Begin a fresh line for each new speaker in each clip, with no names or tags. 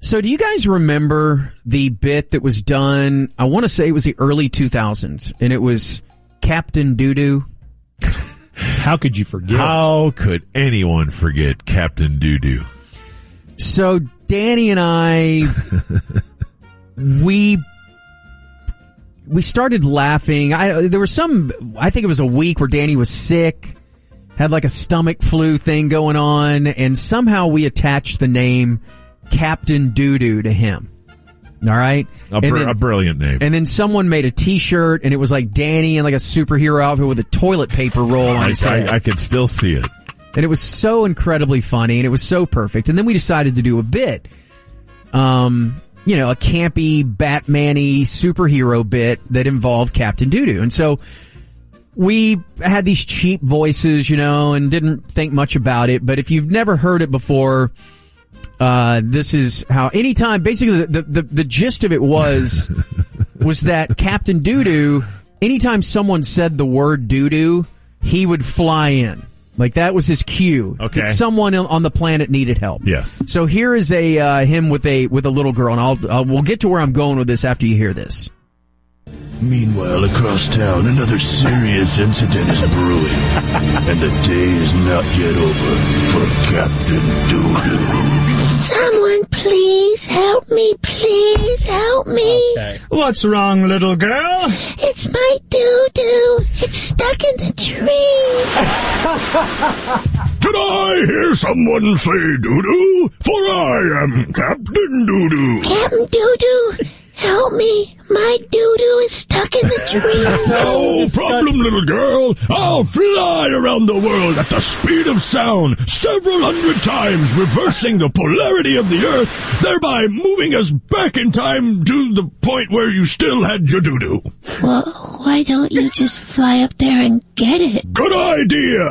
So, do you guys remember the bit that was done? I want to say it was the early 2000s, and it was Captain Doodoo.
How could you forget?
How could anyone forget Captain Doodoo?
So, Danny and I, we we started laughing. I there was some. I think it was a week where Danny was sick, had like a stomach flu thing going on, and somehow we attached the name Captain Doodoo to him. All right,
A,
And
br-
then-
a brilliant name.
and then someone made a T-shirt, and it was like Danny in like a superhero outfit with a toilet paper roll on
I,
his head,
I, I could still see it.
and it was so incredibly funny, and it was so perfect. And then we decided to do a bit, um, you know, a campy Batman-y superhero bit that involved Captain Doodoo, and so we had these cheap voices, you know, and didn't think much about it. But if you've never heard it before, uh, this is how anytime basically the, the, the gist of it was was that Captain Doodoo, anytime someone said the word doodoo, he would fly in. Like that was his cue.
Okay.
That someone on the planet needed help.
Yes.
So here is a uh, him with a with a little girl, and I'll uh, we'll get to where I'm going with this after you hear this.
Meanwhile, across town, another serious incident is brewing. and the day is not yet over for Captain Doodoo.
Someone please help me, please help me.
What's wrong, little girl?
It's my doo-doo. It's stuck in the tree.
Did I hear someone say Doodoo? For I am Captain Doodoo.
Captain Doo-Doo, help me. My doo-doo is stuck in the
Oh,
tree.
No problem, little girl. I'll fly around the world at the speed of sound several hundred times, reversing the polarity of the earth, thereby moving us back in time to the point where you still had your doo-doo.
well, why don't you just fly up there and get it?
Good idea!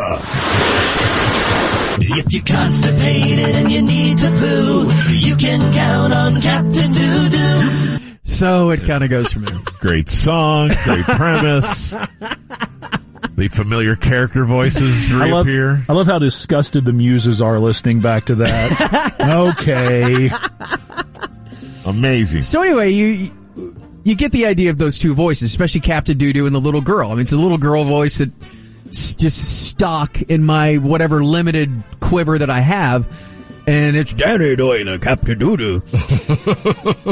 If you're constipated and you need to poo, you can count on Captain Doodoo.
So it kind of goes from there.
Great song, great premise. the familiar character voices
I love,
reappear.
I love how disgusted the muses are listening back to that. okay.
Amazing.
So anyway, you you get the idea of those two voices, especially Captain Doodoo and the little girl. I mean, it's a little girl voice that s- just stock in my whatever limited quiver that I have. And it's Danny doing a Captain Doodoo.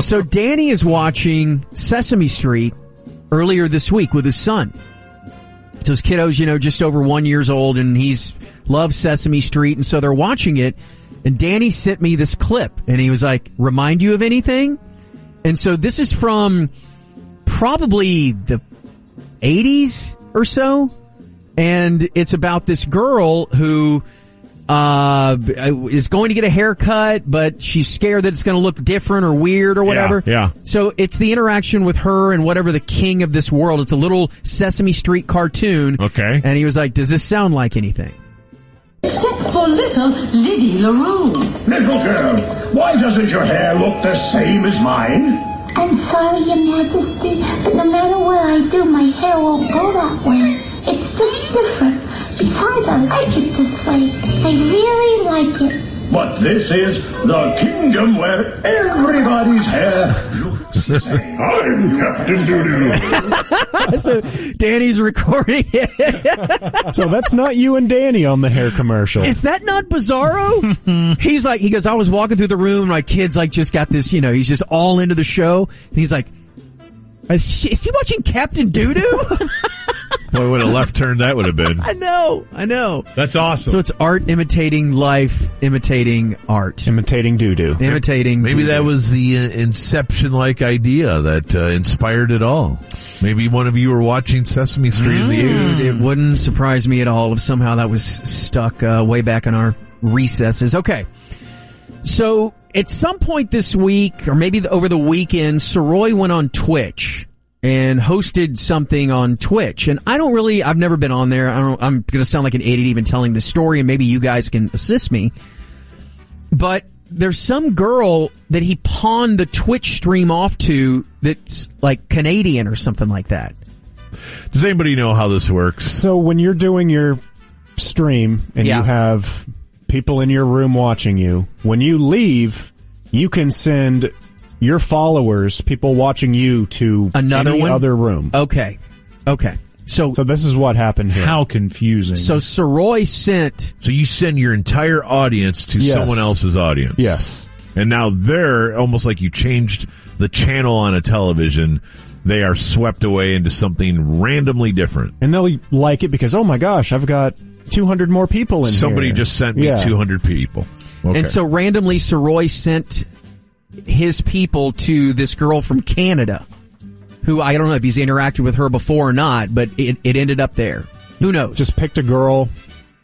so Danny is watching Sesame Street earlier this week with his son. So his kiddo's, you know, just over one years old and he's loves Sesame Street. And so they're watching it. And Danny sent me this clip and he was like, remind you of anything? And so this is from probably the 80s or so. And it's about this girl who uh, is going to get a haircut, but she's scared that it's going to look different or weird or whatever.
yeah.
So it's the interaction with her and whatever the king of this world. It's a little Sesame Street cartoon.
Okay.
And he was like, does this sound like anything?
Except for little Liddy LaRue.
Little girl, why doesn't your hair look the same as mine?
I'm sorry, Your Majesty, but no matter what I do, my hair won't go that way. It's just different. Besides, I like it this way. I really like it.
But this is the kingdom where everybody's hair looks the same. I'm Captain Doodoo.
so Danny's recording it.
So that's not you and Danny on the hair commercial.
Is that not bizarro? he's like, he goes, I was walking through the room, my kid's like just got this, you know, he's just all into the show. And he's like, is she, is he watching Captain Doodoo?
Boy, what a left turn that would have been.
I know, I know.
That's
So
awesome.
it's art imitating life, imitating art,
Imitating doo doo.
imitating.
Maybe
Doodoo.
that was the uh, Inception-like idea that uh, inspired it all. Maybe one of you were watching Sesame Street in the 80s.
It wouldn't surprise me at all if somehow that was stuck uh, way back in our recesses. Okay. So at some point this week, or maybe the, over the weekend, Soroy went on Twitch and hosted something on Twitch. And I don't really, I've never been on there. I don't, I'm going to sound like an idiot even telling this story, and maybe you guys can assist me. But there's some girl that he pawned the Twitch stream off to that's like Canadian or something like that.
Does anybody know how this works?
So when you're doing your stream and
Yeah.
you have people in your room watching you, when you leave, you can send your followers, people watching you, to
Another
any
one?
other room.
Okay. Okay. So
So this is what happened here.
How confusing.
so Soroy sent
So you send your entire audience to
Yes.
someone else's audience.
Yes.
And now they're almost like you changed the channel on a television. They are swept away into something randomly different.
And they'll like it because oh my gosh, I've got 200 more people in
Somebody
here.
just sent me
Yeah.
200 people. Okay.
and so randomly Soroy sent his people to this girl from Canada who I don't know if he's interacted with her before or not, but it, it ended up there. Who knows?
just picked a girl.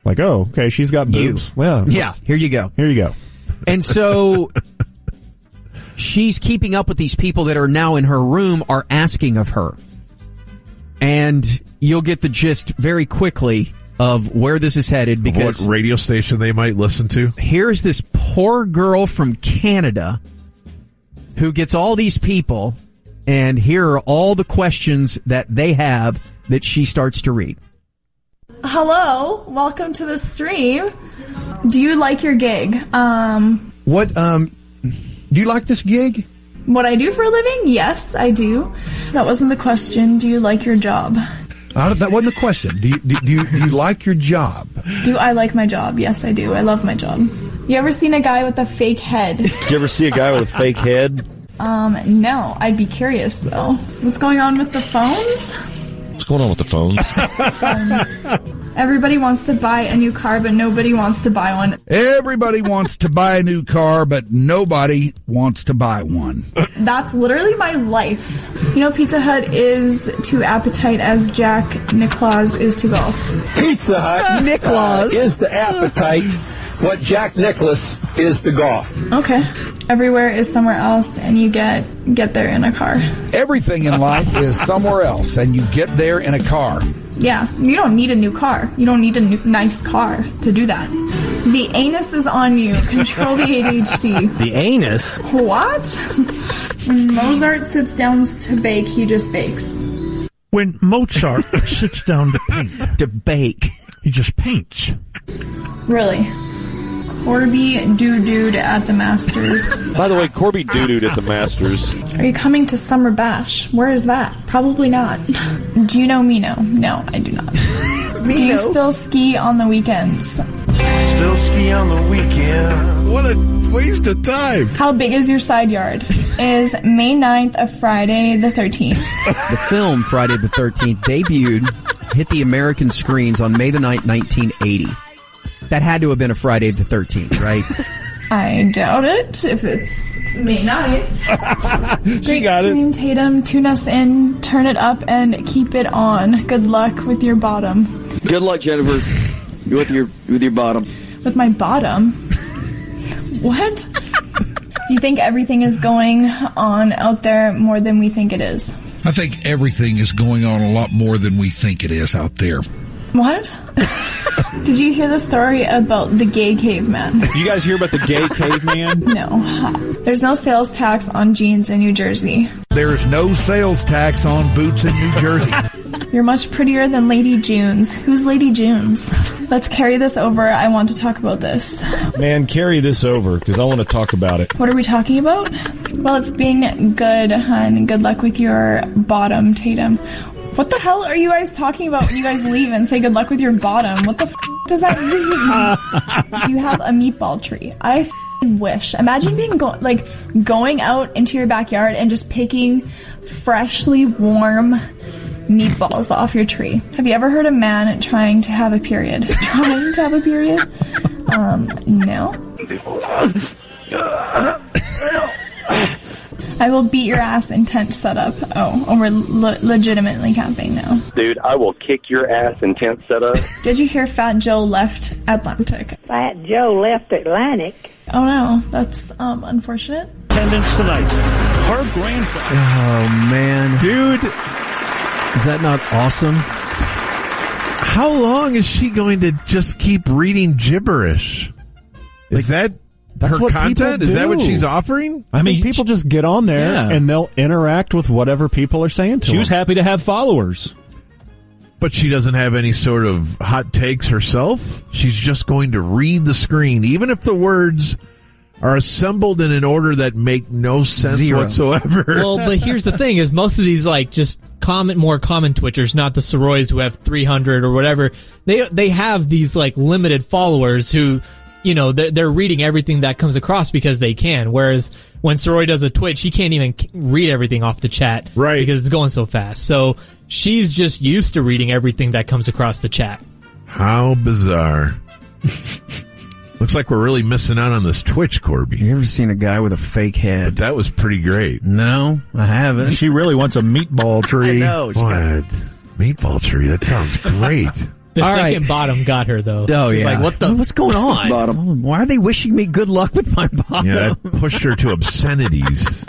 Like oh, okay, she's got
You.
boobs. Well,
yeah,
let's-
here you go.
Here you go.
And so she's keeping up with these people that are now in her room are asking of her. And you'll get the gist very quickly of where this is headed
what
because
radio station they might listen to?
here's this poor girl from Canada who gets all these people and here are all the questions that they have that she starts to read.
Hello, welcome to the stream. Do you like your gig? Um,
What um do you like this gig?
what I do for a living? Yes, I do. That wasn't the question. Do you like your job?
I don't, that wasn't the question. Do you, do, do you do you like your job?
Do I like my job? Yes, I do. I love my job. You ever seen a guy with a fake head?
Did you ever see a guy with a fake head?
Um, no. I'd be curious though. What's going on with the phones?
What's going on with the phones?
Everybody wants to buy a new car, but nobody wants to buy one.
Everybody wants to buy a new car, but nobody wants to buy one.
That's literally my life. You know, Pizza Hut is to appetite as Jack Nicklaus is to golf.
Pizza Hut Nicholas is the appetite what Jack Nicholas is to golf.
Okay. Everywhere is somewhere else, and you get get there in a car.
Everything in life is somewhere else, and you get there in a car.
Yeah, you don't need a new car. You don't need a new, nice car to do that. The anus is on you. Control the ADHD.
The anus?
What? When Mozart sits down to bake, he just bakes.
when Mozart sits down to paint,
to bake,
he just paints.
Really. Orby doo dooed at the Masters.
By the way, Corby doo at the Masters.
Are you coming to Summer Bash? Where is that? Probably not. Do you know Mino? No, I do not. Do you still ski on the weekends?
Still ski on the weekend.
What a waste of time.
How big is your side yard? Is May 9th a Friday the 13th?
The film Friday the 13th debuted, hit the American screens on May the 9th, 1980. That had to have been a Friday the 13th, right?
I doubt it if it's May 9th. Great
got it.
Steam Tatum, tune us in, turn it up, and keep it on. Good luck with your bottom.
Good luck, Jennifer, with your with your bottom.
With my bottom? what? you think everything is going on out there more than we think it is?
I think everything is going on a lot more than we think it is out there.
What? Did you hear the story about the gay caveman?
You guys hear about the gay caveman?
No. There's no sales tax on jeans in New Jersey.
There is no sales tax on boots in New Jersey.
You're much prettier than Lady Junes. Who's Lady Junes? Let's carry this over. I want to talk about this.
Man, carry this over because I want to talk about it.
What are we talking about? Well, it's being good, hun. Good luck with your bottom, Tatum. What the hell are you guys talking about when you guys leave and say good luck with your bottom? What the f- does that mean? Do you have a meatball tree? I f- wish. Imagine being go- like going out into your backyard and just picking freshly warm meatballs off your tree. Have you ever heard a man trying to have a period? trying to have a period? Um, no. I will beat your ass in tent setup. Oh, and we're le- legitimately camping now.
Dude, I will kick your ass in tent setup.
Did you hear Fat Joe left Atlantic?
Fat Joe left Atlantic.
Oh no, that's um unfortunate.
Attendance tonight. Her grandfather.
Oh man,
dude,
is that not awesome?
How long is she going to just keep reading gibberish? Is that
that's
her
what people
content? Is that what
do.
she's offering?
I mean, people just get on there
Yeah.
and they'll interact with whatever people are saying to
She
them.
was happy to have followers.
But she doesn't have any sort of hot takes herself. She's just going to read the screen, even if the words are assembled in an order that make no sense
Zero.
whatsoever.
well, but here's the thing: is most of these like just common, more common Twitchers, not the Soroys who have 300 or whatever. They they have these like limited followers who, you know, they're, they're reading everything that comes across because they can. Whereas when Soroy does a Twitch, he can't even k- read everything off the chat, right? Because it's going so fast. So she's just used to reading everything that comes across the chat.
How bizarre. Looks like we're really missing out on this Twitch, Corby. You
ever seen a guy with a fake head?
But that was pretty great.
No, I haven't.
She really wants a meatball tree.
know, she's
What? Meatball tree? That sounds great.
The
All
second
right.
bottom got her though.
Oh
She's
yeah.
Like what the?
What's going on? Why are they wishing me good luck with my bottom?
Yeah, that pushed her to obscenities.